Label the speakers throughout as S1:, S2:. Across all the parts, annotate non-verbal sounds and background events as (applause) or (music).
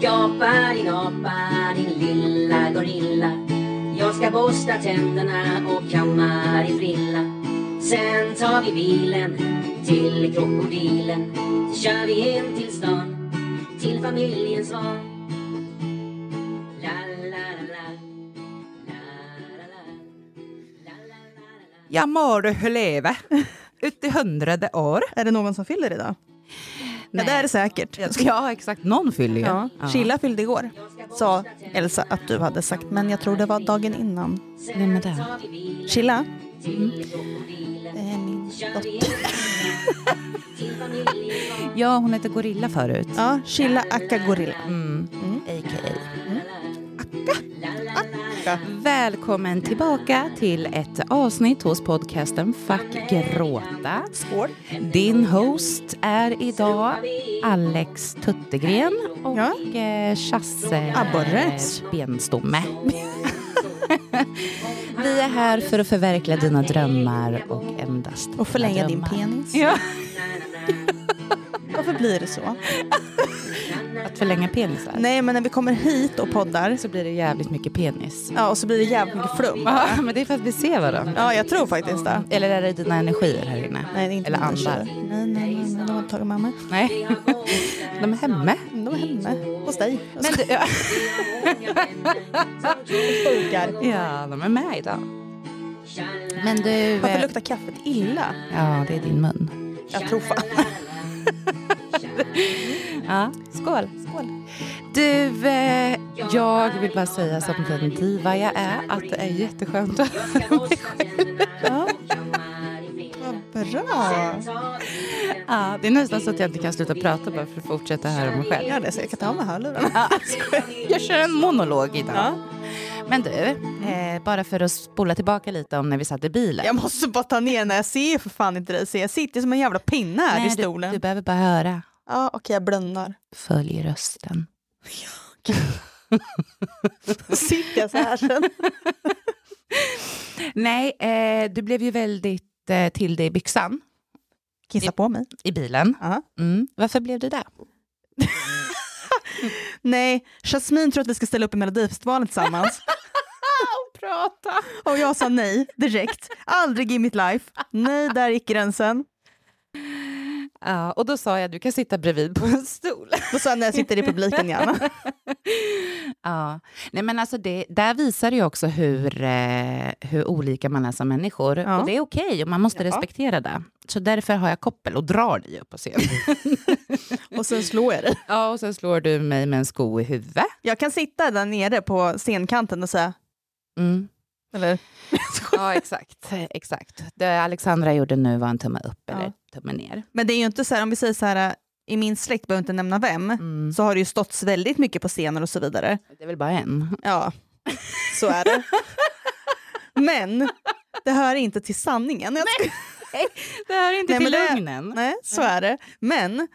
S1: Gapa din apa, din lilla gorilla. Jag ska borsta tänderna och kamma din frilla. Sen tar vi bilen till krokodilen. Så kör vi hem till stan, till familjens van. La, la, la, la. La, la, la. La, la, la, la, la.
S2: Jag må du hur leve. (laughs) Ut i hundrade år.
S3: Är det någon som fyller idag? Ja, det är det säkert.
S2: Ja, exakt. Någon fyller ju.
S3: Ja. Sheila fyllde igår, sa Elsa att du hade sagt. Men jag tror det var dagen innan.
S1: Vem är det?
S3: Sheila,
S1: Mm.
S3: det är min dotter.
S4: Ja, hon hette Gorilla förut.
S3: Ja, Sheila Akka Gorilla.
S4: A.k.a. Välkommen tillbaka till ett avsnitt hos podcasten Fuck Gråta.
S3: Skål.
S4: Din host är idag Alex Tuttegren och
S3: Ja.
S4: eh, Chasse
S3: Abborre.
S4: eh, Benstomme. Vi är här för att förverkliga dina drömmar och endast
S3: Och förlänga din
S4: dina drömmar.
S3: penis.
S4: Ja,
S3: Varför blir det så?
S4: att förlänga penisar.
S3: Nej, men när vi kommer hit och poddar
S4: Så blir det jävligt mycket penis.
S3: ja, och så blir det jävligt mycket flum.
S4: Ja, men det är för att vi ser varandra.
S3: Ja, jag tror faktiskt det.
S4: Eller är det dina energier här inne?
S3: Nej, det är inte
S4: Eller
S3: mina
S4: andar?
S3: tjejer. Nej, nej, nej, nej. De har tagit mamma.
S4: Nej, (laughs) de är hemme.
S3: De är hemma hos dig.
S4: Men du, ja.
S3: Kokar.
S4: (laughs) ja, de är med idag. Men du...
S3: Varför
S4: eh,
S3: luktar kaffet illa?
S4: Ja, det är din mun.
S3: Jag tror fan.
S4: Ja, skål. skål. Du, eh, jag vill bara säga som den diva jag är att det är jätteskönt (laughs) att höra mig själv.
S3: Ja. Vad bra.
S1: 어.
S4: Ja, det är nästan så att jag inte kan sluta prata bara för att fortsätta höra mig själv.
S3: Ja, det är så jag kan ta av mig hörlurarna.
S4: Ja, skojar. jag kör en monolog idag. Men du, eh, bara för att spola tillbaka lite om när vi satt i
S3: (laughs)
S4: bilen.
S3: Jag måste bara ta ner när jag ser för fan inte dig. Så jag sitter som en jävla pinne här
S4: Nej,
S3: i stolen.
S4: Du, du behöver bara höra.
S3: Ja, okej, jag blundar.
S4: Följ rösten.
S3: Då sitter jag så här sen.
S4: Nej, eh, du blev ju väldigt eh, till dig i byxan
S3: Kissa på mig.
S4: i bilen.
S3: Ja.
S4: Mm. Varför blev du det?
S3: Nej, Jasmine tror att vi ska ställa upp i Melodifestivalen tillsammans.
S4: Prata!
S3: Och jag sa nej direkt. Aldrig i mitt life. Nej, där gick gränsen.
S4: Ja, och då sa jag du kan sitta bredvid på en (laughs) stol.
S3: Då sa jag när jag sitter i publiken gärna.
S4: Ja. Nej, men alltså det, där visar det ju också hur, eh, hur olika man är som människor.
S3: Ja.
S4: Och det är okej, och man måste
S3: Ja.
S4: respektera det. Så därför har jag koppel och drar dig upp på scen.
S3: Och sen slår jag dig.
S4: (laughs) ja, och sen slår du mig med en sko i huvudet.
S3: Jag kan sitta där nere på scenkanten och säga,
S4: Mm.
S3: eller
S4: Ja, exakt. (laughs) exakt. Det Alexandra gjorde nu var en tumme upp
S3: Ja.
S4: eller tumme ner.
S3: Men det är ju inte så här, om vi säger så här, äh, i min släkt, behöver jag inte nämna vem,
S4: Mm.
S3: så har det ju stått väldigt mycket på scener och så vidare.
S4: Det är väl bara en.
S3: Ja, så är (laughs) det. Men det hör inte till sanningen. Jag ska-
S4: Det här är inte
S3: Nej, men
S4: till
S3: det-
S4: lögnen.
S3: Nej, så är det. Men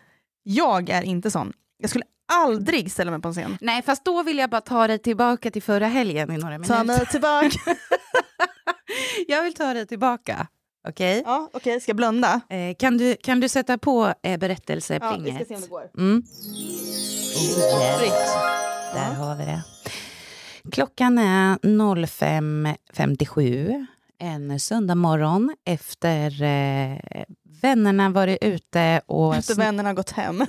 S3: jag är inte sån. Jag skulle aldrig ställa mig på en scen.
S4: Nej, fast då vill jag bara ta dig tillbaka till förra helgen i några
S3: Ta
S4: minuter.
S3: mig tillbaka.
S4: Jag vill ta dig tillbaka. Okej?
S3: (laughs) Ja, Okej, ska jag blunda?
S4: Eh, kan, du, kan du sätta på eh,
S3: Ja,
S4: berättelseplinget?
S3: vi ska se om det går.
S4: Mm,
S3: Fritt.
S4: där har vi det. Klockan är 05.57. en söndag morgon efter eh, vännerna varit ute och
S3: Efter vännerna har gått hem.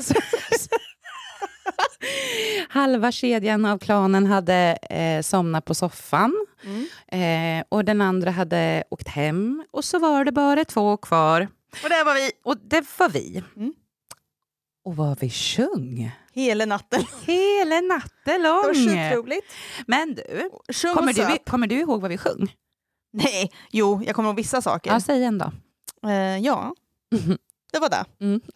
S4: halva kedjan av klanen hade eh, somnat på soffan
S3: Mm.
S4: eh, och den andra hade åkt hem och så var det bara två kvar.
S3: (laughs) Och där var vi.
S4: Och det var vi.
S3: Mm.
S4: Och vad vi sjöng!
S3: Hela natten.
S4: Hela natten
S3: Det var
S4: lång!
S3: skitroligt.
S4: Men du,
S3: Sjung
S4: kommer
S3: och
S4: du,
S3: söp.
S4: kommer du ihåg vad vi sjöng?
S3: Nej, jo, jag kommer ihåg vissa saker.
S4: Ja, säg en då.
S3: Eh, ja, det var det.
S4: Mhm.
S3: (laughs)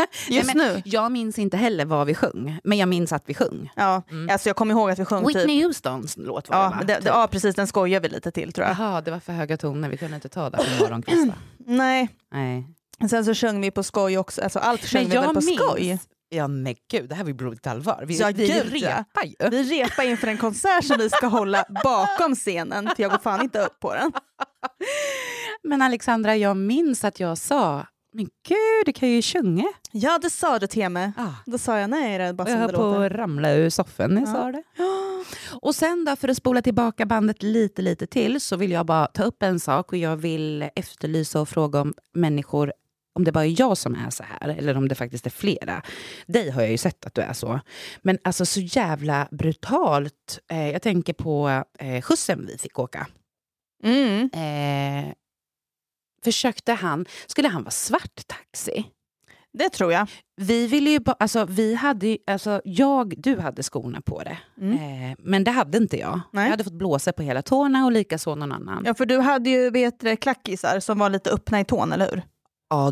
S4: Mm.
S3: Just
S4: Nej,
S3: nu.
S4: Jag minns inte heller vad vi sjöng, men jag minns att vi sjöng.
S3: Ja,
S4: Mm.
S3: alltså jag kommer ihåg att vi sjöng typ...
S4: Whitney Houstons låt var
S3: Ja,
S4: det, va?
S3: men det, det, ja, precis. Den skojar vi lite till tror jag.
S4: Jaha, det var för höga toner, vi kunde inte ta
S3: (laughs)
S4: det på morgonkvist. va?
S3: Nej,
S4: Nej.
S3: sen så sjöng vi på skoj också. Alltså allt sjöng
S4: Men
S3: vi väl
S4: jag
S3: på
S4: minns...
S3: skoj.
S4: Ja men gud, det här var ju blodigt allvar. Vi,
S3: Ja,
S4: vi
S3: gud, ja.
S4: repar ju.
S3: Vi repar inför en konsert som vi ska hålla bakom scenen, för jag går fan inte upp på den.
S4: Men Alexandra, jag minns att jag sa, men gud, du kan ju sjunga.
S3: Ja, det sa du Teme.
S4: Ah.
S3: Då sa jag nej, det är bara
S4: Och
S3: som
S4: jag
S3: det
S4: höll på
S3: låter.
S4: att ramla ur soffan när jag sa det. Och sen då, för att spola tillbaka bandet lite, lite till så vill jag bara ta upp en sak och jag vill efterlysa och fråga om människor om det bara är jag som är så här, eller om det faktiskt är flera. Dig har jag ju sett att du är så. Men alltså så jävla brutalt. Eh, jag tänker på eh, skjutsen vi fick åka.
S3: Mm.
S4: Eh, försökte han, skulle han vara svart taxi?
S3: Det tror jag.
S4: Vi ville ju bara, alltså vi hade ju, alltså jag, du hade skorna på det.
S3: Mm.
S4: Eh, men det hade inte jag.
S3: Nej.
S4: Jag hade fått blåsa på hela tårna och likaså någon annan. Ja.
S3: Ja, för du hade ju vet, du, klackisar som var lite öppna i tån, eller hur?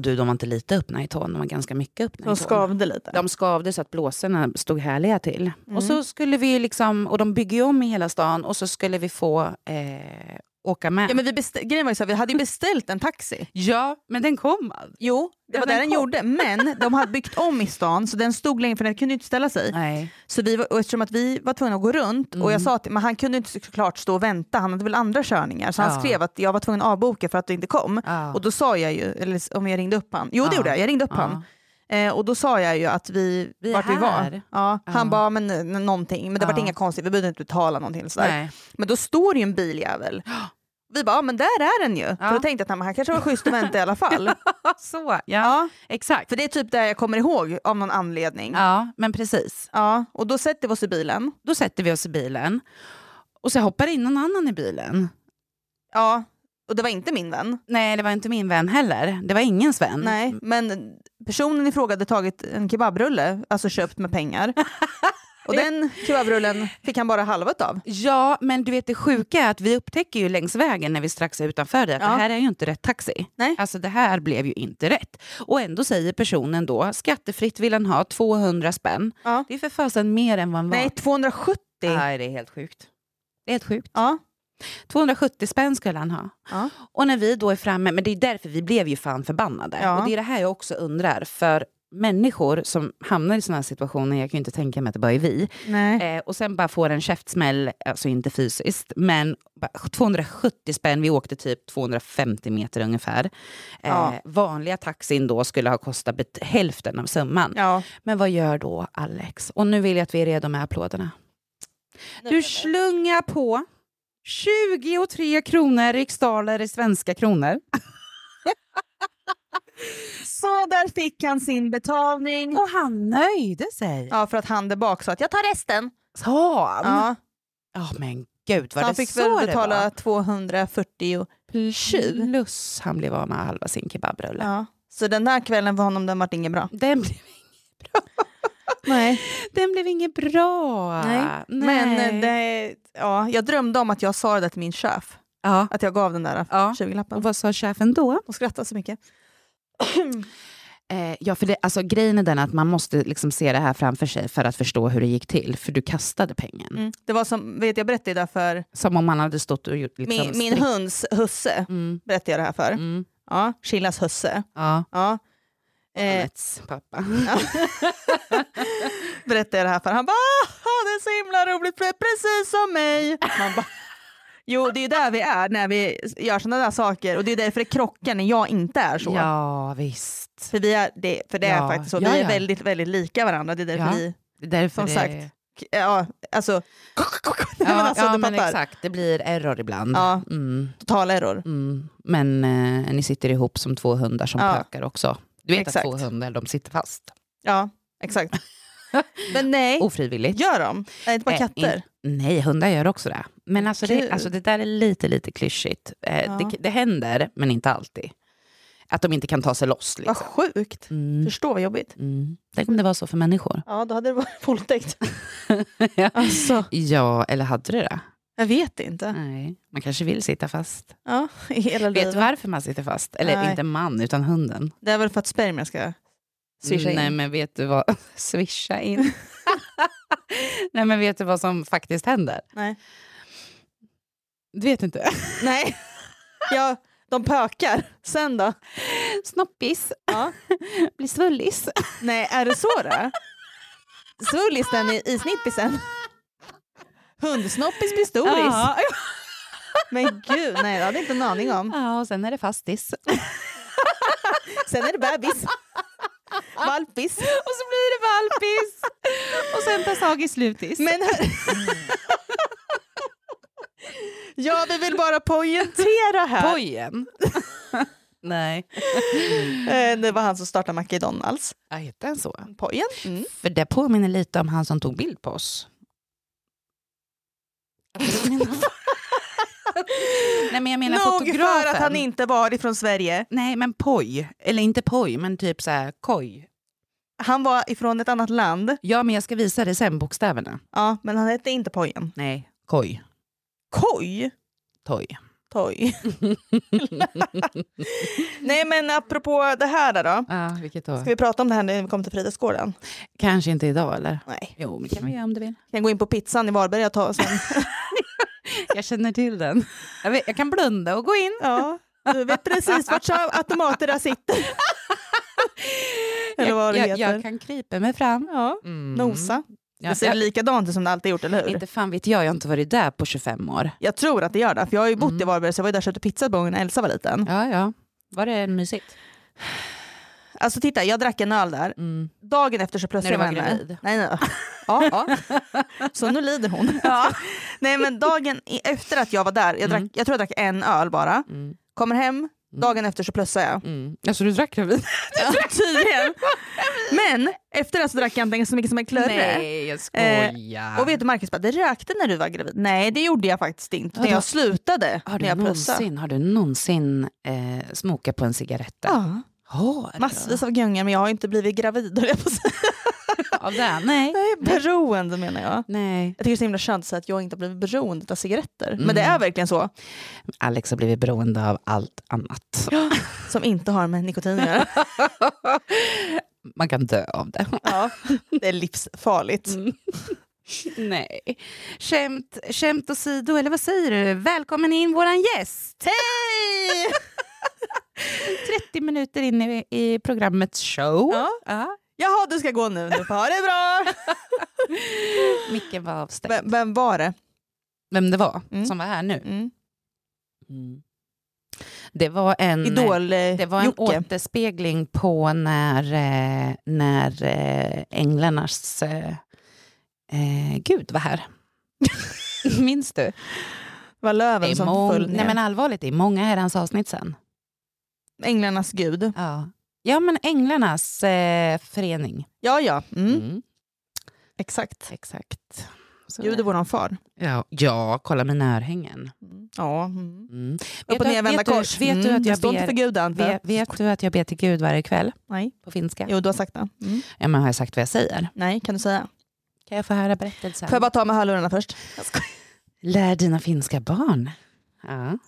S4: du, de var inte lite öppna i tån, de var ganska mycket öppna
S3: Som
S4: i tån.
S3: skavde lite.
S4: De skavde så att blåsorna stod härliga till.
S3: Mm.
S4: Och så skulle vi ju liksom, och de bygger ju om i hela stan och så skulle vi få eh, åka med.
S3: Ja, men vi bestä- grejen var ju så här, vi hade ju beställt en taxi.
S4: Ja, men den kom aldrig.
S3: Jo, det
S4: Ja,
S3: var det
S4: den
S3: den
S4: kom.
S3: gjorde. Men de hade byggt om i stan så den stod längre för den kunde ju inte ställa sig.
S4: Nej. Mm.
S3: Så vi var, och eftersom att vi var tvungna att gå runt och jag sa att men han kunde inte såklart stå och vänta, han hade väl andra körningar. Så
S4: Ja.
S3: han skrev att jag var tvungen att avboka för att det inte kom.
S4: Ja.
S3: Och då sa jag ju, eller om jag ringde upp han. Jo det
S4: Ja.
S3: gjorde jag, jag ringde upp
S4: Ja.
S3: han. Eh, och då sa jag ju att vi,
S4: Vi är
S3: vart vi var.
S4: här.
S3: Ja, han
S4: Ja.
S3: bara, men eh, någonting, men det
S4: Ja.
S3: var inga konstigt, vi behövde inte betala någonting. eller Sådär.
S4: Nej.
S3: Men då står det ju en
S4: (gasps)
S3: biljävel. Vi bara, ja, men där är den ju. För då tänkte jag att nej, men han kanske var schysst att vänta i alla fall. (laughs)
S4: så, (laughs) ja, exakt.
S3: För det är typ det jag kommer ihåg av någon anledning. Ja.
S4: Ja, men precis.
S3: och då sätter vi oss i bilen.
S4: Då sätter vi oss i bilen och så hoppar in någon annan i bilen.
S3: Ja, och det var inte min vän.
S4: Nej, det var inte min vän heller. Det var ingens vän.
S3: Nej, men personen i fråga hade tagit en kebabrulle, alltså köpt med
S4: (laughs)
S3: pengar. Och den kebabrullen fick han bara halva av.
S4: Ja, men du vet det sjuka är att vi upptäcker ju längs vägen när vi strax är utanför det att
S3: Ja.
S4: det här är ju inte rätt taxi.
S3: Nej.
S4: Alltså det här blev ju inte rätt. Och ändå säger personen då, skattefritt vill han ha 200 spänn.
S3: Ja.
S4: Det är för fasen mer än vad han var.
S3: Nej, 270.
S4: Nej, det är helt sjukt. Det är helt sjukt.
S3: Ja.
S4: 270 spänn skulle han ha.
S3: Ja.
S4: Och när vi då är framme, men det är därför vi blev ju fan förbannade.
S3: Ja.
S4: Och det är det här jag också undrar, för människor som hamnar i såna här situationer, jag kan ju inte tänka mig att det bara är vi,
S3: Nej.
S4: eh, och sen bara får en käftsmäll, alltså inte fysiskt, men bara 270 spänn, vi åkte typ 250 meter ungefär. Eh,
S3: Ja.
S4: Vanliga taxin då skulle ha kostat bet- hälften av summan.
S3: Ja.
S4: Men vad gör då Alex? Och nu vill jag att vi är redo med applåderna. Du slungar på 23 kronor riksdaler i svenska kronor.
S3: Så där fick han sin betalning.
S4: Och han nöjde sig.
S3: Ja, för att han där bak sa att jag tar resten.
S4: Sa han? Ja.
S3: Ja.
S4: men gud, var
S3: Så han
S4: det
S3: fick
S4: så
S3: väl
S4: det
S3: betala
S4: var?
S3: 247.
S4: Plus han blev av med halva sin kebabrulle.
S3: Ja. Så den där kvällen för honom, den vart inget bra.
S4: Den, blev,
S3: Nej.
S4: den blev inget bra.
S3: Nej.
S4: Nej.
S3: Men eh, det, ja, jag drömde om att jag sa det där till min chef,
S4: Ja.
S3: att jag gav den där
S4: Ja.
S3: 20-lappen.
S4: Och vad sa chefen då?
S3: Hon skrattade så mycket.
S4: Eh, ja, för det, alltså, grejen är den att man måste liksom se det här framför sig för att förstå hur det gick till. För du kastade pengen.
S3: Mm. Det var som, vet jag berättade ju det här för
S4: Som om man hade stått och gjort... Liksom,
S3: min, min
S4: strikt-
S3: hunds husse.
S4: Mm,
S3: Berättade jag det här för.
S4: mm,
S3: Ja, Chillas husse.
S4: ja,
S3: Ja. Eh,
S4: Mats pappa.
S3: berättade jag det här för. Han bara "Ah, det är så himla roligt, pre- precis som mig. Man bara, (laughs) jo det är ju där vi är när vi gör sådana där saker och det är därför det krockar när jag inte är så.
S4: (laughs) Ja, visst.
S3: För, vi är, det, för det är
S4: Ja,
S3: faktiskt så,
S4: ja,
S3: vi är
S4: ja.
S3: väldigt väldigt lika varandra, det är därför
S4: Ja.
S3: vi
S4: Det är därför
S3: Som
S4: det
S3: sagt. (laughs) och ja,
S4: (laughs)
S3: alltså... Nej, men alltså
S4: ja,
S3: du
S4: men
S3: fattar.
S4: exakt. Det blir error ibland.
S3: Ja.
S4: Mm,
S3: Total error.
S4: mm. Men eh, ni sitter ihop som två hundar som
S3: Ja.
S4: pökar också. Du vet
S3: Exakt.
S4: att två hundar de sitter fast
S3: Ja,
S4: (laughs)
S3: exakt. men nej,
S4: Oh. ofrivilligt.
S3: gör de? Är det inte bara
S4: Eh,
S3: katter?
S4: in- nej, hundar gör också det. Men alltså det,
S3: Gud.
S4: alltså det där är lite, lite klyschigt. Eh,
S3: Ja.
S4: det, det händer, men inte alltid. Att de inte kan ta sig loss.
S3: Vad
S4: Liksom.
S3: sjukt.
S4: Mm,
S3: Förstå vad jobbigt.
S4: mm. Tänk om det var så för människor.
S3: Ja, då hade det varit (laughs) våldtäkt.
S4: (laughs) Ja.
S3: Alltså,
S4: Ja, eller hade det det?
S3: jag vet inte.
S4: Nej, man kanske vill sitta fast.
S3: Ja, i hela
S4: Vet du
S3: livet.
S4: varför man sitter fast? Eller
S3: Nej.
S4: inte man, utan hunden.
S3: Det är väl för att spermier ska swisha
S4: Nej,
S3: in.
S4: men vet du vad... (laughs) Swisha (laughs) in. Nej, men vet du vad som faktiskt händer?
S3: Nej.
S4: Du vet inte.
S3: Nej. (laughs) Ja, de pökar. Sen då?
S4: (laughs) Snoppis.
S3: Ja.
S4: Blir svullis.
S3: Nej, är det så då? Svullis den i, i snippisen? Hundsnoppis blir storis.
S4: (laughs) Ja.
S3: Men gud, nej, det hade jag inte en aning om.
S4: (laughs) ja, och sen är det fastis.
S3: Sen är det bebis. Valpis.
S4: (laughs) Och så blir det valpis. och sen tar tag i slutis.
S3: Men hör... (laughs) Ja, vi vill bara poängtera här.
S4: Pojen. (laughs) Nej.
S3: Eh, Det var han som startade McDonalds.
S4: Jag hittade en så.
S3: Pojen. Mm.
S4: För det påminner lite om han som tog bild på (laughs) oss. Nej men jag menar
S3: Nog
S4: fotografen.
S3: för att han inte var ifrån Sverige.
S4: Nej men poj, eller inte poj men typ så här koj.
S3: Han var ifrån ett annat land.
S4: Ja men jag ska visa dig sen bokstäverna.
S3: Ja, men han hette inte Pojen.
S4: Nej, koj,
S3: Koj?
S4: toj.
S3: Toj. (laughs) Nej, men apropå det här då, då.
S4: Ja, vilket då?
S3: Ska vi prata om det här när vi kommer till fritidsgården?
S4: Kanske inte idag eller?
S3: Nej.
S4: Jo, men kan vi göra om du vill.
S3: Kan gå in på pizzan i Varberg och ta sen.
S4: Jag känner till den. Jag, vet, jag kan blunda och gå in.
S3: Ja, du vet precis vart så- automaterna sitter. Eller vad det
S4: jag, jag,
S3: heter.
S4: jag kan krypa mig fram.
S3: Ja,
S4: Mm.
S3: nosa.
S4: Ja,
S3: Det ser
S4: jag,
S3: likadant ut som det alltid gjort, eller hur?
S4: inte fan vet jag, jag har inte varit där på 25 år.
S3: Jag tror att det gör det, för jag har ju bott i Varberg så jag var ju där och köpte pizza på gången när Elsa var liten.
S4: Mm. Ja, ja. Var det mysigt?
S3: Alltså titta, jag drack en öl där.
S4: Mm.
S3: Dagen efter så plötsligt
S4: När du
S3: jag
S4: var
S3: henne-
S4: gravid.
S3: Nej,
S4: (laughs)
S3: nej. Ja, ja. (laughs) Så nu lider hon. Nej men dagen i- efter att jag var där, jag, drack, jag tror jag drack en öl bara,
S4: Mm.
S3: kommer hem, dagen efter så plussar jag.
S4: Mm. Alltså du drack revin?
S3: (laughs) Tydligen. Men efter det så drack jag inte så mycket som en klörre.
S4: jag Eh,
S3: Och vet du Marcus, bara, det rökte när du var gravid. Nej det gjorde jag faktiskt inte. När jag slutade.
S4: har,
S3: när
S4: du
S3: jag plussade.
S4: någonsin, har du någonsin eh, smokat på en cigarett?
S3: Ja,
S4: Har
S3: massvis av gånger men jag har ju inte blivit gravid höll jag på att säga.
S4: du? Av det? Nej.
S3: (laughs) Nej, Beroende menar jag.
S4: Nej.
S3: Jag tycker det är så himla skönt att säga att jag inte har blivit beroende av cigaretter. Men
S4: Mm.
S3: det är verkligen så.
S4: Alex har blivit beroende av allt annat.
S3: Som inte har med nikotin att göra.
S4: (laughs) Man kan dö av det.
S3: Ja, (laughs) det är livsfarligt.
S4: (laughs) Mm. Nej. Skämt, skämt åsido, eller vad säger du? Välkommen in våran gäst! (laughs)
S3: Hej!
S4: 30 minuter in i, i programmets show.
S3: Ja.
S4: Ja.
S3: Jaha, du ska gå nu. Du får ha det
S4: (laughs)
S3: bra.
S4: Micken var avstängd.
S3: Vem, vem var det?
S4: Vem det var
S3: Mm.
S4: som var här nu?
S3: Mm.
S4: Det var en...
S3: Idol eh,
S4: Det var en
S3: Jocke.
S4: återspegling på när, eh, när eh, änglarnas eh, eh, gud var här. (laughs) Minns du?
S3: Det var löven
S4: Det är
S3: som
S4: mång-
S3: föll ner.
S4: Nej men allvarligt, det är många herrans avsnitt sen.
S3: Änglarnas gud.
S4: Ja, ja men änglarnas eh, förening.
S3: Ja, ja. Mm.
S4: Mm,
S3: Exakt.
S4: Exakt. Så
S3: Gud är våran far.
S4: ja, ja, kolla mina örhängen.
S3: Ja. Mm.
S4: Mm.
S3: Upp och
S4: du-
S3: nervända
S4: du-
S3: kors.
S4: Vet du
S3: Mm,
S4: att jag
S3: står inte för
S4: ber...
S3: Gud antar jag.
S4: Vet, vet du att jag ber till Gud varje kväll
S3: Nej.
S4: på finska?
S3: Jo, du har sagt det. Mm.
S4: Ja, men har jag sagt vad jag säger?
S3: Nej, kan du säga.
S4: Kan jag få höra berättelsen?
S3: Får jag bara ta med hörlurarna först? Jag skojar.
S4: Lär dina finska barn. Ja.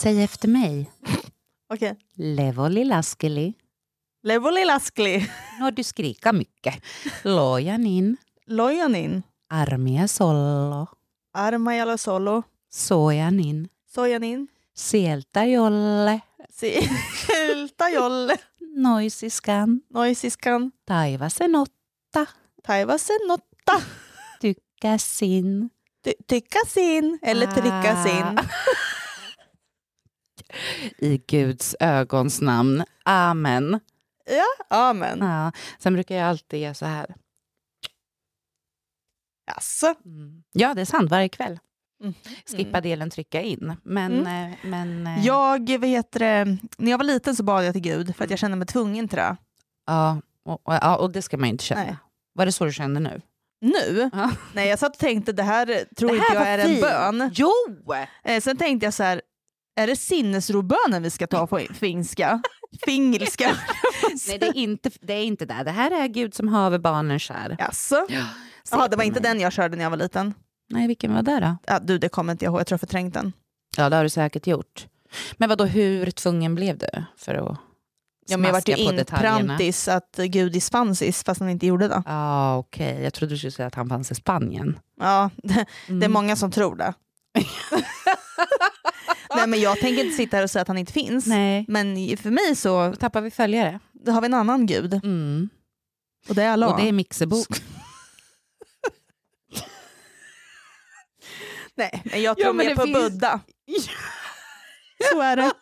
S4: Säg efter mig.
S3: (laughs) Okej.
S4: Levoli laskeli.
S3: Levoli laskli.
S4: Når du skrika mycket. Lojan in.
S3: Lojanin.
S4: Armia sollo.
S3: Arma jalla solo.
S4: Sojan in.
S3: Sojanin.
S4: Sieltä jolle.
S3: (laughs) Silta jolle.
S4: Noisiskan.
S3: Noisiskan.
S4: Taivasen otta.
S3: Taivasen notta.
S4: Tykkäsin.
S3: Ty- Tyckas in eller
S4: Ah.
S3: tryckas in.
S4: I Guds ögons namn. Amen.
S1: Amen.
S4: Ja. Sen brukar jag alltid göra så här.
S1: Jaså?
S4: Ja, det är sant. Varje kväll.
S1: Mm.
S4: Skippa delen, trycka in. Men...
S3: Mm.
S4: eh, men eh,
S3: Jag, vad heter det, när jag var liten så bad jag till Gud för att jag kände mig tvungen till det.
S4: Ja, och, och, ja, och det ska man ju inte känna.
S3: Nej.
S4: Var det så du kände nu?
S3: Nu?
S4: Ja.
S3: Nej, jag satt och tänkte det här tror
S4: Det
S3: inte jag
S4: här var
S3: är
S4: fint.
S3: en bön. (laughs)
S4: Jo!
S3: Eh, sen tänkte jag så här, är det sinnesrobönen vi ska ta på finska? (laughs) Fingelska?
S4: Nej, det är inte det. Är inte där. Det här är Gud som haver barnen kär.
S3: Jaså?
S4: Se
S3: Jaha,
S4: på
S3: det var inte
S4: mig.
S3: den jag körde när jag var liten.
S4: Nej, vilken var det då?
S3: Ah, du, det kommer inte jag ihåg. Jag tror jag har förträngt den.
S4: Ja, det har du säkert gjort. Men vadå, hur tvungen blev du för att
S3: Ja, men jag vart ju
S4: smaska på detaljerna?
S3: inprantis att Gud är svansis fast han inte gjorde det.
S4: Ja, okej. Jag trodde du skulle säga att han fanns i Spanien.
S3: Ja, det, det är
S4: Mm.
S3: många som tror (laughs) det. Nej, men jag tänker inte sitta här och säga att han inte finns.
S4: Nej.
S3: Men för mig så
S4: Då tappar vi följare.
S3: har vi en annan gud
S4: Mm.
S3: och det är Allah.
S4: Och det är mixerbok.
S3: (laughs) Nej, men jag
S4: Ja,
S3: tror
S4: men
S3: mer
S4: det
S3: på
S4: finns-
S3: Buddha. Så är det.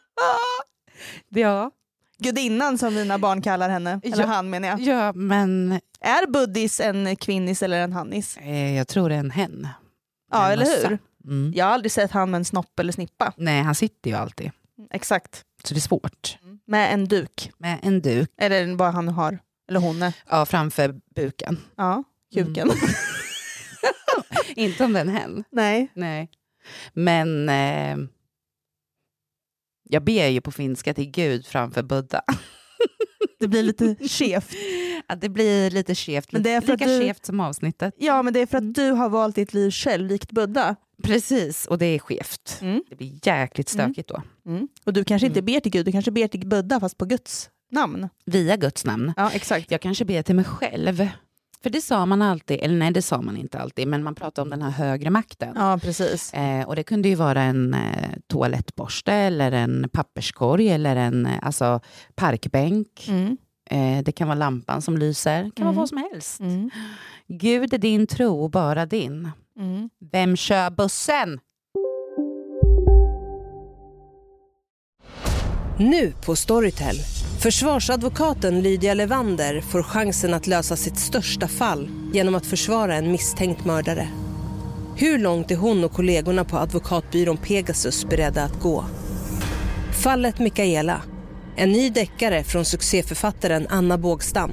S4: (laughs) ja.
S3: Gudinnan som mina barn kallar henne. Eller
S4: Ja.
S3: han menar jag.
S4: ja, men
S3: Är buddis en kvinnis eller en hannis?
S4: eh, jag tror det är en hen.
S3: Ja,
S4: En
S3: eller
S4: mössa.
S3: hur?
S4: Mm.
S3: Jag har aldrig sett han med en snopp eller snippa.
S4: Nej, han sitter ju alltid.
S3: Exakt.
S4: Så det är svårt.
S3: Med en duk.
S4: Med en duk
S3: Eller vad han har. Eller hon är.
S4: ja, framför buken.
S3: Ja, kuken.
S4: Inte om det är en hen.
S3: (laughs) Nej.
S4: Nej. Men eh, jag ber ju på finska till Gud framför Buddha.
S3: Det blir
S4: (laughs)
S3: lite skevt.
S4: Att det blir lite skevt,
S3: Men det är för
S4: lika
S3: att du-
S4: skevt som avsnittet.
S3: Ja, men det är för
S4: Mm.
S3: att du har valt ditt liv själv, likt Buddha.
S4: Precis, och det är skevt.
S3: Mm.
S4: Det blir jäkligt
S3: Mm.
S4: stökigt då.
S3: Och du kanske inte ber till Gud, du kanske ber till Buddha fast på Guds namn.
S4: Via Guds namn.
S3: Ja, exakt.
S4: Jag kanske ber till mig själv. För det sa man alltid, eller nej det sa man inte alltid, men man pratade om den här högre makten.
S3: Ja, precis.
S4: Eh, och det kunde ju vara en eh, toalettborste eller en papperskorg eller en eh, alltså, parkbänk.
S3: Mm.
S4: Eh, det kan vara lampan som lyser. Det kan vara
S3: Mm.
S4: vad som helst.
S3: Mm.
S4: Gud är din tro och bara din.
S3: Mm.
S4: Vem kör bussen?
S5: Nu på Storytel. Försvarsadvokaten Lydia Levander får chansen att lösa sitt största fall genom att försvara en misstänkt mördare. Hur långt är hon och kollegorna på advokatbyrån Pegasus beredda att gå? Fallet Mikaela. En ny deckare från succéförfattaren Anna Bågstam.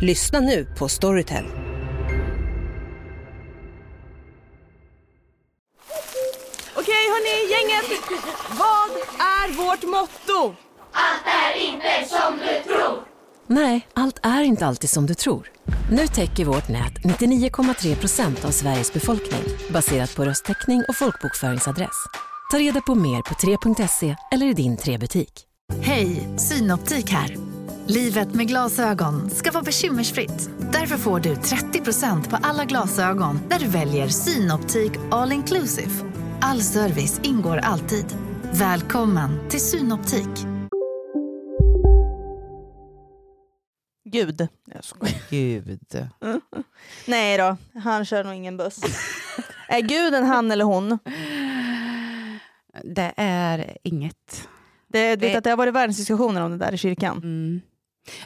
S5: Lyssna nu på Storytel.
S3: Okej, hörni, gänget! Vad är vårt motto?
S6: Nej, allt är inte alltid som du tror. Nu täcker vårt nät 99,3 procent av Sveriges befolkning baserat på röstteckning och folkbokföringsadress. Ta reda på mer på 3.se eller i din 3-butik.
S7: Hej, Synoptik här. Livet med glasögon ska vara bekymmersfritt. Därför får du 30% på alla glasögon när du väljer Synoptik All Inclusive. All service ingår alltid. Välkommen till Synoptik.
S3: Gud. Jag skojar.
S4: Gud.
S3: Nej då, han kör nog ingen
S4: (laughs)
S3: buss. är Gud en han eller hon?
S4: Det är inget.
S3: Det, du vet
S4: Det-
S3: att det har varit världens diskussioner om det där i kyrkan.
S4: Mm.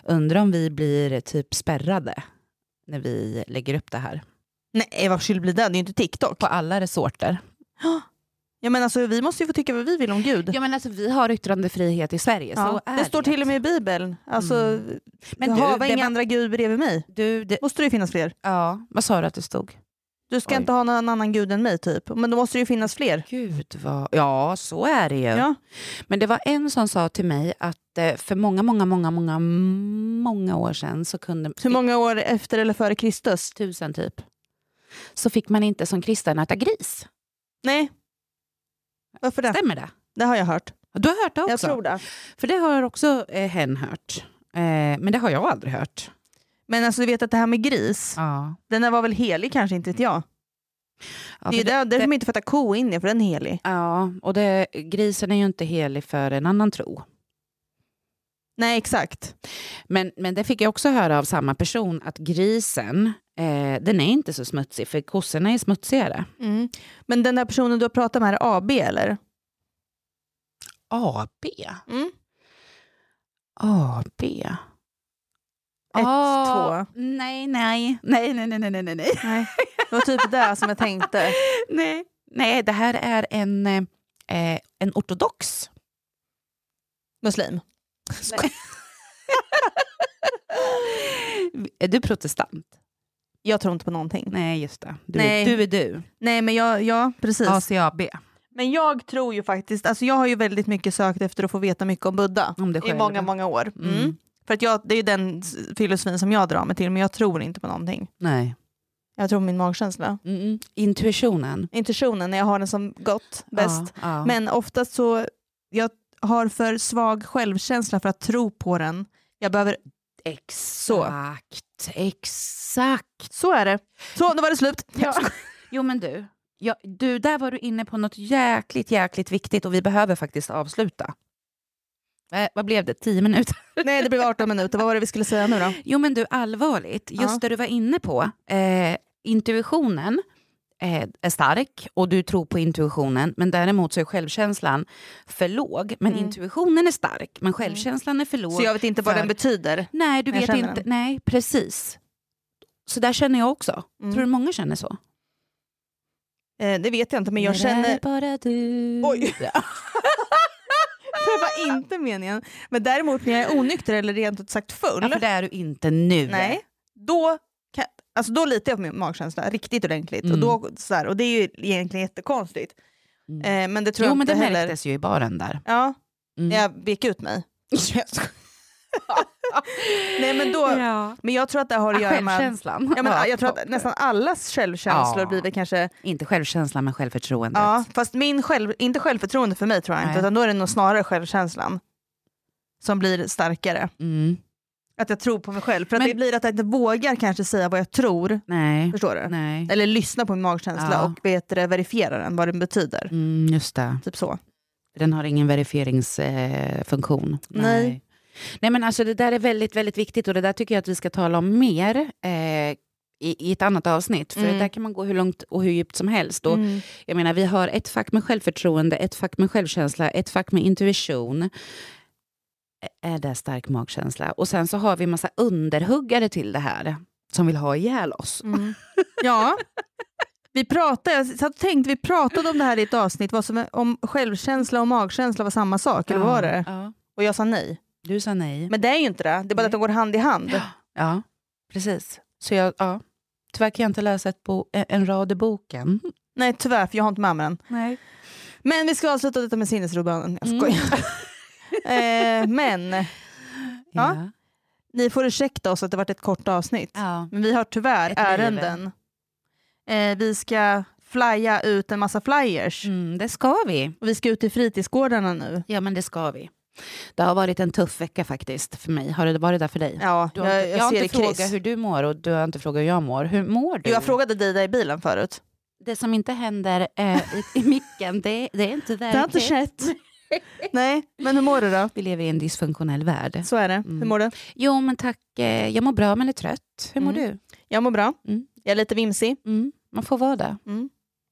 S4: Undrar om vi blir typ spärrade när vi lägger upp det här.
S3: Nej, varför skulle det bli det? Det är ju inte TikTok.
S4: På alla resorter.
S3: Ja, men alltså, vi måste ju få tycka vad vi vill om Gud.
S4: Ja men alltså vi har yttrandefrihet i Sverige.
S3: Ja,
S4: Så är
S3: det står till och med i Bibeln. Alltså,
S4: Mm. Men
S3: Men du,
S4: du,
S3: har
S4: det
S3: inga
S4: man-
S3: andra gud bredvid mig?
S4: Du, det,
S3: Måste det ju finnas fler?
S4: ja, vad sa du att det stod?
S3: Du ska
S4: Oj.
S3: inte ha någon annan gud än mig typ. Men då måste det ju finnas fler.
S4: Gud vad, ja så är det ju.
S3: Ja.
S4: Men det var en som sa till mig att eh, för många, många, många, många, många år sedan så kunde...
S3: Hur många år efter eller före Kristus?
S4: Tusen typ. Så fick man inte som kristen äta gris.
S3: Nej. Varför det?
S4: Stämmer det?
S3: Det har jag hört.
S4: Du har hört det också?
S3: Jag tror det.
S4: För det har också eh, hen hört. Eh, men det har jag aldrig hört.
S3: Men alltså du vet att det här med gris,
S4: Ja.
S3: den där var väl helig kanske, inte vet jag. det
S4: Ja,
S3: är ju
S4: för det-
S3: där- därför man inte får äta ko in i, för den är helig.
S4: ja, och det, grisen är ju inte helig för en annan tro.
S3: Nej exakt.
S4: Men, men det fick jag också höra av samma person, att grisen, eh, den är inte så smutsig, för kossorna är smutsigare.
S3: Mm. Men den där personen du har pratat med, är det AB eller?
S4: AB?
S3: Mm.
S4: AB? Ett,
S3: två.
S4: Nej, nej. Nej, nej, nej, nej, nej, nej, nej.
S3: Nej, det var typ det som jag tänkte.
S4: (laughs) nej. Nej, det här är en, eh, eh, en
S3: (gasps)
S4: ortodox.
S3: (laughs) Muslim.
S4: Är du protestant?
S3: Jag tror inte på någonting.
S4: Nej, just det. Du,
S3: Nej.
S4: Är, du är du.
S3: Nej, men jag, ja, precis.
S4: ACAB.
S3: Men jag tror ju faktiskt, alltså jag har ju väldigt mycket sökt efter att få veta mycket om Buddha
S4: Om dig
S3: i
S4: själv.
S3: många, många år. Mm.
S4: Mm.
S3: För att jag, det är ju den s- filosofin som jag drar mig till, men jag tror inte på någonting.
S4: Nej.
S3: Jag tror på min magkänsla.
S4: Mm. Intuitionen.
S3: Intuitionen, när jag har den som gott, bäst.
S4: Ja, ja.
S3: Men oftast så, jag har för svag självkänsla för att tro på den. Jag behöver,
S4: Exakt. Exakt.
S3: så är det. Så, nu var det slut.
S4: Ja. Jo, men du. Ja, du, där var du inne på något jäkligt, jäkligt viktigt och vi behöver faktiskt avsluta. Eh, vad blev det? Tio minuter?
S3: Nej, det blev 18 minuter. Vad var det vi skulle säga nu då?
S4: Jo, men du, allvarligt. Just
S3: Ja.
S4: det du var inne på. Eh, intuitionen eh, är stark och du tror på intuitionen, men däremot så är självkänslan för låg. Men
S3: Mm.
S4: intuitionen är stark, men självkänslan är för låg.
S3: Så jag vet inte vad
S4: För-
S3: den betyder.
S4: Nej, du
S3: Men jag
S4: vet
S3: känner
S4: inte.
S3: den.
S4: Nej, precis. Så där känner jag också.
S3: Mm.
S4: Tror du många känner så?
S3: Eh, det vet jag inte, men jag
S4: det
S3: känner...
S4: är bara du.
S3: Oj. Det var inte meningen. Men däremot när jag är onykter eller rent ut sagt
S4: Ja,
S3: full,
S4: för det är du inte nu.
S3: nej, då, kan, alltså då litar jag på min magkänsla riktigt ordentligt.
S4: Mm.
S3: Och, då, så här, och det är ju egentligen jättekonstigt.
S4: Mm.
S3: Eh, men det tror
S4: Jo,
S3: jag
S4: men
S3: inte
S4: det
S3: heller.
S4: märktes ju i baren där.
S3: Ja,
S4: Mm.
S3: när jag vek ut mig. (laughs) nej, men, då,
S4: Ja. Ah,
S3: men jag tror att det har att göra med...
S4: Självkänslan.
S3: Ja, men ah, jag tror att nästan allas självkänslor
S4: Ja.
S3: blir väl kanske...
S4: Inte självkänslan, men självförtroendet.
S3: Ja, fast min själv, inte självförtroende för mig tror jag inte,
S4: Nej.
S3: utan då är det nog snarare självkänslan som blir starkare.
S4: Mm.
S3: Att jag tror på mig själv. För att
S4: Men-
S3: det blir att jag inte vågar kanske säga vad jag tror.
S4: Nej.
S3: Förstår du?
S4: Nej.
S3: Eller lyssna på min magkänsla
S4: Ja.
S3: och vet det, verifiera den, vad den betyder.
S4: Mm, just det.
S3: Typ så.
S4: Den har ingen verifieringsfunktion. Eh, funktion.
S3: Nej.
S4: Nej, men alltså det där är väldigt, väldigt viktigt och det där tycker jag att vi ska tala om mer eh, i, i ett annat avsnitt. För
S3: Mm.
S4: det där kan man gå hur långt och hur djupt som helst. Och
S3: Mm.
S4: Jag menar, vi har ett fack med självförtroende, ett fack med självkänsla, ett fack med intuition. Ä- Är det stark magkänsla? Och sen så har vi massa underhuggare till det här som vill ha ihjäl oss.
S3: Mm. Ja. Vi pratade, jag satt och tänkte, vi pratade om det här i ett avsnitt, vad som, är- om självkänsla och magkänsla var samma sak, eller vad var det?
S4: Ja.
S3: Och jag sa nej.
S4: Du sa nej.
S3: Men det är ju inte det, det är bara att de går hand i hand.
S4: Ja, precis. Så jag, ja. Tyvärr kan jag inte läsa ett bo- ä- en rad i boken.
S3: Nej tyvärr, för jag har inte med mig den.
S4: Nej. Mm.
S3: Men vi ska avsluta detta med sinnesrobban. Jag skojar. (laughs) eh, men Ja.
S4: Ja.
S3: ni får ursäkta oss att det varit ett kort avsnitt.
S4: Ja.
S3: Men vi har tyvärr
S4: Ett
S3: ärenden. Eh, vi ska flya ut en massa flyers.
S4: Mm, det ska vi.
S3: Och vi ska ut till fritidsgårdarna nu.
S4: Ja, men det ska vi. Det har varit en tuff vecka faktiskt för mig. Har det varit det för dig?
S3: Ja,
S4: Typ. Du har
S3: jag,
S4: inte,
S3: jag,
S4: jag, har
S3: ser
S4: inte
S3: det i
S4: frågat
S3: Chris.
S4: hur du mår och du har inte frågat hur jag mår. Hur mår du?
S3: Jo, Jag frågade dig där i bilen förut.
S4: Det som inte händer eh, i, i micken, det, det är inte
S3: Det har inte
S4: verkligt.
S3: skett.
S4: (laughs)
S3: Nej, men hur mår du då?
S4: Vi lever i en dysfunktionell värld.
S3: Så är det.
S4: Mm.
S3: Hur mår du?
S4: Jo, men tack. Eh, jag mår bra men är trött. Hur mår
S3: Mm. Jag mår bra.
S4: Mm.
S3: Jag är lite vimsig.
S4: du? Mm. Man får vara det.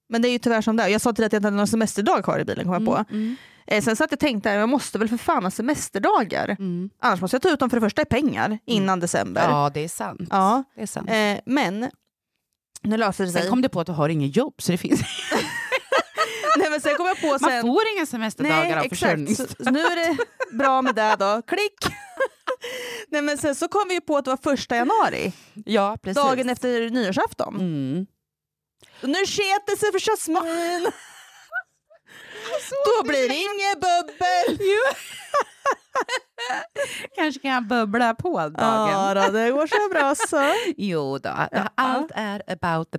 S3: Men det är ju tyvärr som det är. Jag sa till dig att jag inte hade någon semesterdag kvar i bilen, kom jag på.
S4: Mm, mm,
S3: Eh, sen satt jag och tänkte, jag måste väl för fan ha semesterdagar.
S4: mm.
S3: Annars måste jag ta ut dem för det första i pengar innan december.
S4: Ja, det är sant.
S3: Ja.
S4: Det är sant.
S3: Eh, men nu löser det sig.
S4: Sen kom du på att du har inget jobb så det finns...
S3: (laughs)
S4: (laughs)
S3: Nej, men sen kom jag på
S4: Man
S3: sen...
S4: får inga semesterdagar av
S3: Så,
S4: försörjningsstöd.
S3: så nu är det bra med det då. Klick! (laughs) Nej, men sen så kom vi ju på att det var första januari,
S4: Ja, precis.
S3: dagen (laughs) efter nyårsafton.
S4: Mm.
S3: Och nu sket det sig för Jasmine. Då blir det inget bubbel.
S4: (laughs) Kanske kan jag bubbla på dagen.
S3: Ja, då, alltså. det går så bra så.
S4: (laughs) Jo då, allt är about the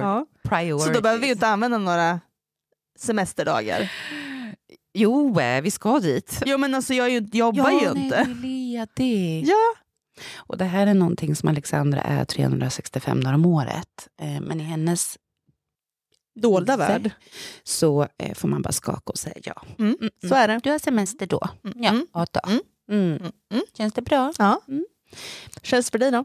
S3: (laughs) Ja.
S4: priorities.
S3: Så då behöver vi ju inte använda några semesterdagar.
S4: Jo, eh, vi ska dit.
S3: Jo men alltså jag är ju, jobbar ju
S4: nej,
S3: inte.
S4: du är ledig.
S3: Ja.
S4: Och det här är någonting som Alexandra är 365 dagar om året. Eh, Men i hennes
S3: Dolda värld.
S4: så eh, får man bara skaka och säga ja.
S3: Mm, Så är det.
S4: Du har semester då?
S3: Mm,
S4: Ja,
S3: mm.
S4: ja då.
S3: Mm.
S4: Mm.
S3: Mm.
S4: Känns det bra?
S3: Ja.
S4: Mm.
S3: Känns för dig då?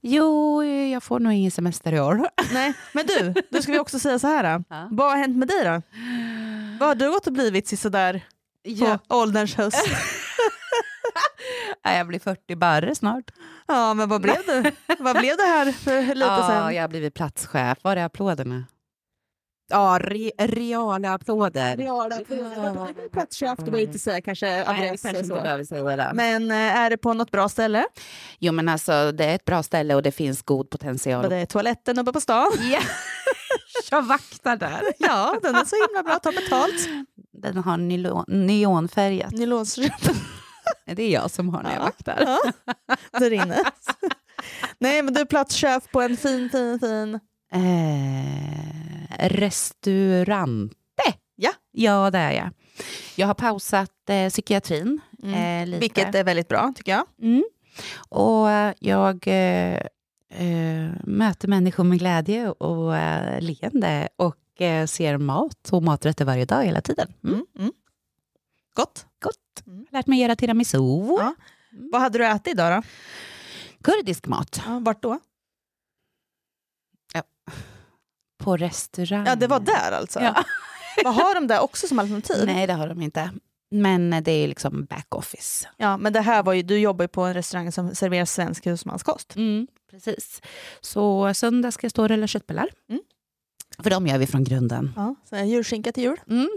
S4: Jo, eh, jag får nog ingen semester i år.
S3: Nej, men du, då ska vi också säga så här. Då.
S4: (laughs) Ja.
S3: Vad har hänt med dig då?
S4: (laughs)
S3: Vad har du gått och blivit sådär på ålderns höst?
S4: Jag blir 40 barre snart.
S3: Ja, men vad blev det? vad blev det här för lite
S4: ja,
S3: sen?
S4: Jag har blivit platschef. Var är applåderna?
S8: Ja, re, reala applåder.
S3: Platschef, det var inte säga kanske adress
S4: kanske
S3: eller
S4: inte
S3: så.
S4: behöver säga det.
S3: Men eh, är det på något bra ställe?
S4: Jo, men alltså, det är ett bra ställe och det finns god potential.
S3: Både toaletten uppe på stan?
S4: (laughs) Ja. Jag vaktar där.
S3: ja, den är så himla bra. Ta betalt.
S4: Den har nylon, neonfärgat.
S3: Nylonstrumpa.
S4: Det är jag som har när jag vaktar.
S3: Mm. Ja, där inne. (laughs) Nej, men du är platschef på en fin, fin, fin...
S4: Eh, restaurante.
S3: Ja.
S4: ja, det är jag. Jag har pausat eh, psykiatrin.
S3: Mm.
S4: Eh, lite.
S3: Vilket är väldigt bra, tycker jag.
S4: Mm. Och eh, jag eh, eh, möter människor med glädje och eh, leende och eh, ser mat och maträtter varje dag hela tiden. Mm.
S3: Gott.
S4: Gott.
S3: Mm.
S4: Lärt mig göra tiramisu.
S3: Vad hade du ätit idag då?
S4: Kurdisk mat.
S3: Ja, vart då?
S4: På restaurang.
S3: Ja, det var där Typ. alltså.
S4: Ja.
S3: (laughs) Vad har de där också som alternativ?
S4: Nej, det har de inte. Men eh, det är liksom back office.
S3: Ja, men det här var ju, du jobbar ju på en restaurang som serverar svensk husmanskost.
S4: Precis. Så söndag ska jag stå och rulla köttbullar.
S3: Mm.
S4: För de gör vi från grunden.
S3: Ja, så en julskinka till jul.
S4: (laughs)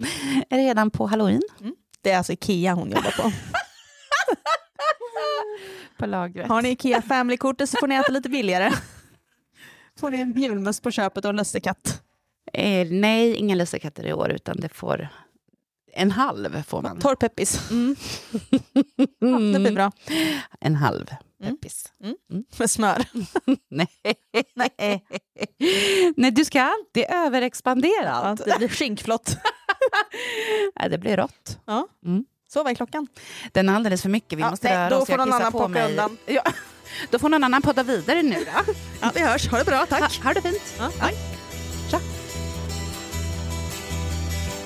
S4: Mm. Redan på halloween.
S3: Det är alltså Ikea hon jobbar på.
S4: På
S3: (laughs)
S4: lagret.
S3: Har ni Ikea Family-kortet så får ni äta lite billigare. (laughs) Får ni en julmust på köpet och en lussekatt.
S4: Eh, nej, inga lussekatter i år, utan det får... En halv får man. Mm.
S3: Torr peppis. Ja, det blir bra.
S4: En halv
S3: Mm.
S4: peppis. (laughs)
S3: Med smör.
S4: Nej.
S3: Nej.
S4: nej, du ska alltid överexpandera
S3: Ja,
S4: allt.
S3: det blir skinkflott.
S4: Nej, det blir rått.
S3: Så var klockan.
S4: Den är alldeles för mycket. Vi
S3: Ja,
S4: måste
S3: nej,
S4: röra
S3: då
S4: oss.
S3: får
S4: Jag
S3: någon
S4: kissar
S3: annan
S4: på
S3: plocka
S4: mig.
S3: undan.
S4: Ja. Då får någon annan podda vidare nu då.
S3: Ja, vi hörs. Ha det bra, (laughs) tack.
S4: Ha det fint.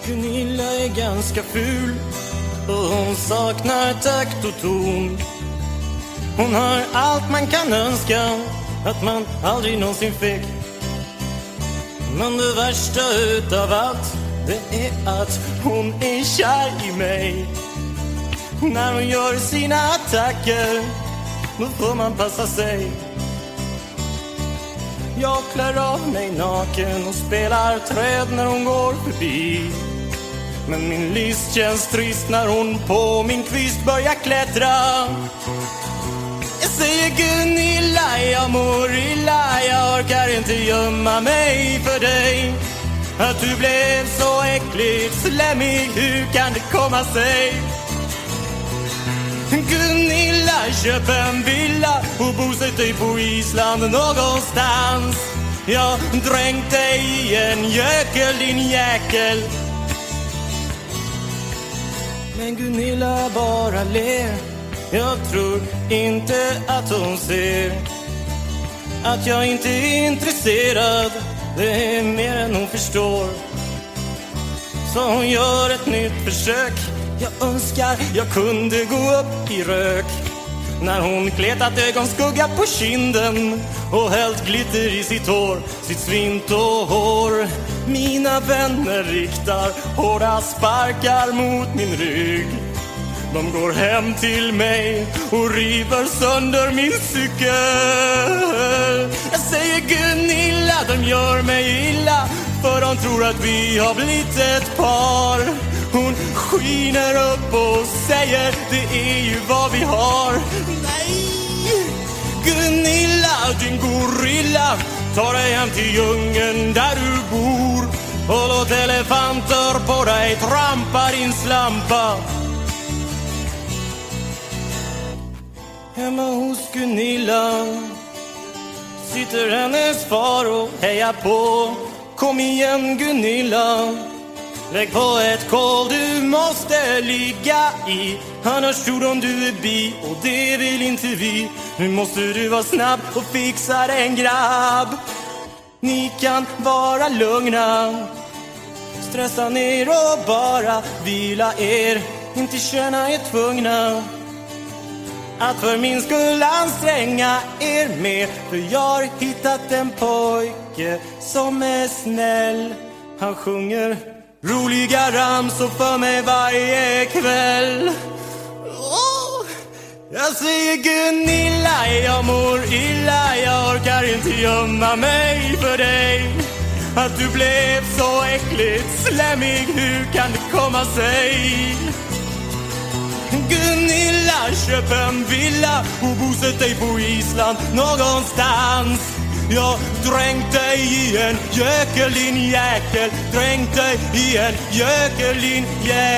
S9: Gunilla är ganska ful och hon saknar takt och ton. Hon har allt man kan önska att man aldrig någonsin fick. Men det värsta utav allt det är att hon är kär i mig. Och När hon gör sina attacker då får man passa sig. Jag klär av mig naken och spelar träd när hon går förbi. Men min list känns trist när hon på min kvist börjar klättra Jag säger Gunilla, jag mår illa Jag orkar inte gömma mig för dig Att du blev så äckligt slemmig, hur kan det komma sig? Gunilla, köp en villa och bosätt dig på Island någonstans Jag dränkte i en gökel, din jäkel men Gunilla bara ler Jag tror inte att hon ser Att jag inte är intresserad Det är mer än hon förstår Så hon gör ett nytt försök Jag önskar jag kunde gå upp i rök när hon kletat ögonskugga på kinden och hällt glitter i sitt hår, sitt svint och hår. Mina vänner riktar hårda sparkar mot min rygg. De går hem till mig och river sönder min cykel. Jag säger Gunilla, de gör mig illa för de tror att vi har blivit ett par. Hon skiner upp och säger det är ju vad vi har. Nej! Gunilla, din gorilla Ta dig hem till djungeln där du bor Och låt elefanter på dig trampa din slampa Hemma hos Gunilla Sitter hennes far och hejar på Kom igen Gunilla Lägg på ett kol du måste ligga i Annars tror de du är bi och det vill inte vi Nu måste du vara snabb och fixa dig en grabb Ni kan vara lugna Stressa ner och bara vila er Inte känna er tvungna att för min skull anstränga er mer För jag har hittat en pojke som är snäll Han sjunger roliga ramsor för mig varje kväll Åh, Jag säger Gunilla, jag mår illa Jag orkar inte gömma mig för dig Att du blev så äckligt slemmig Hur kan det komma sig? Gunilla, köp en villa och bosätt dig på Island någonstans Jag dränkt dig i en gökel, din jäkel Dränkt dig i en gökel, din jäkel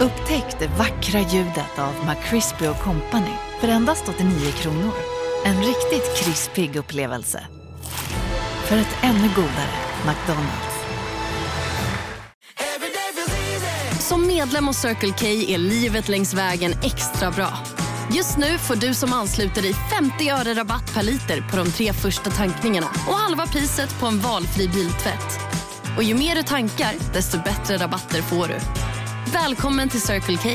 S10: Upptäck det vackra ljudet av McCrispy Company för endast 89 kronor. En riktigt krispig upplevelse. För ett ännu godare McDonalds.
S6: Som medlem hos Circle K är livet längs vägen extra bra. Just nu får du som ansluter dig 50 öre rabatt per liter på de tre första tankningarna och halva priset på en valfri biltvätt. Och ju mer du tankar, desto bättre rabatter får du. Välkommen till Circle K.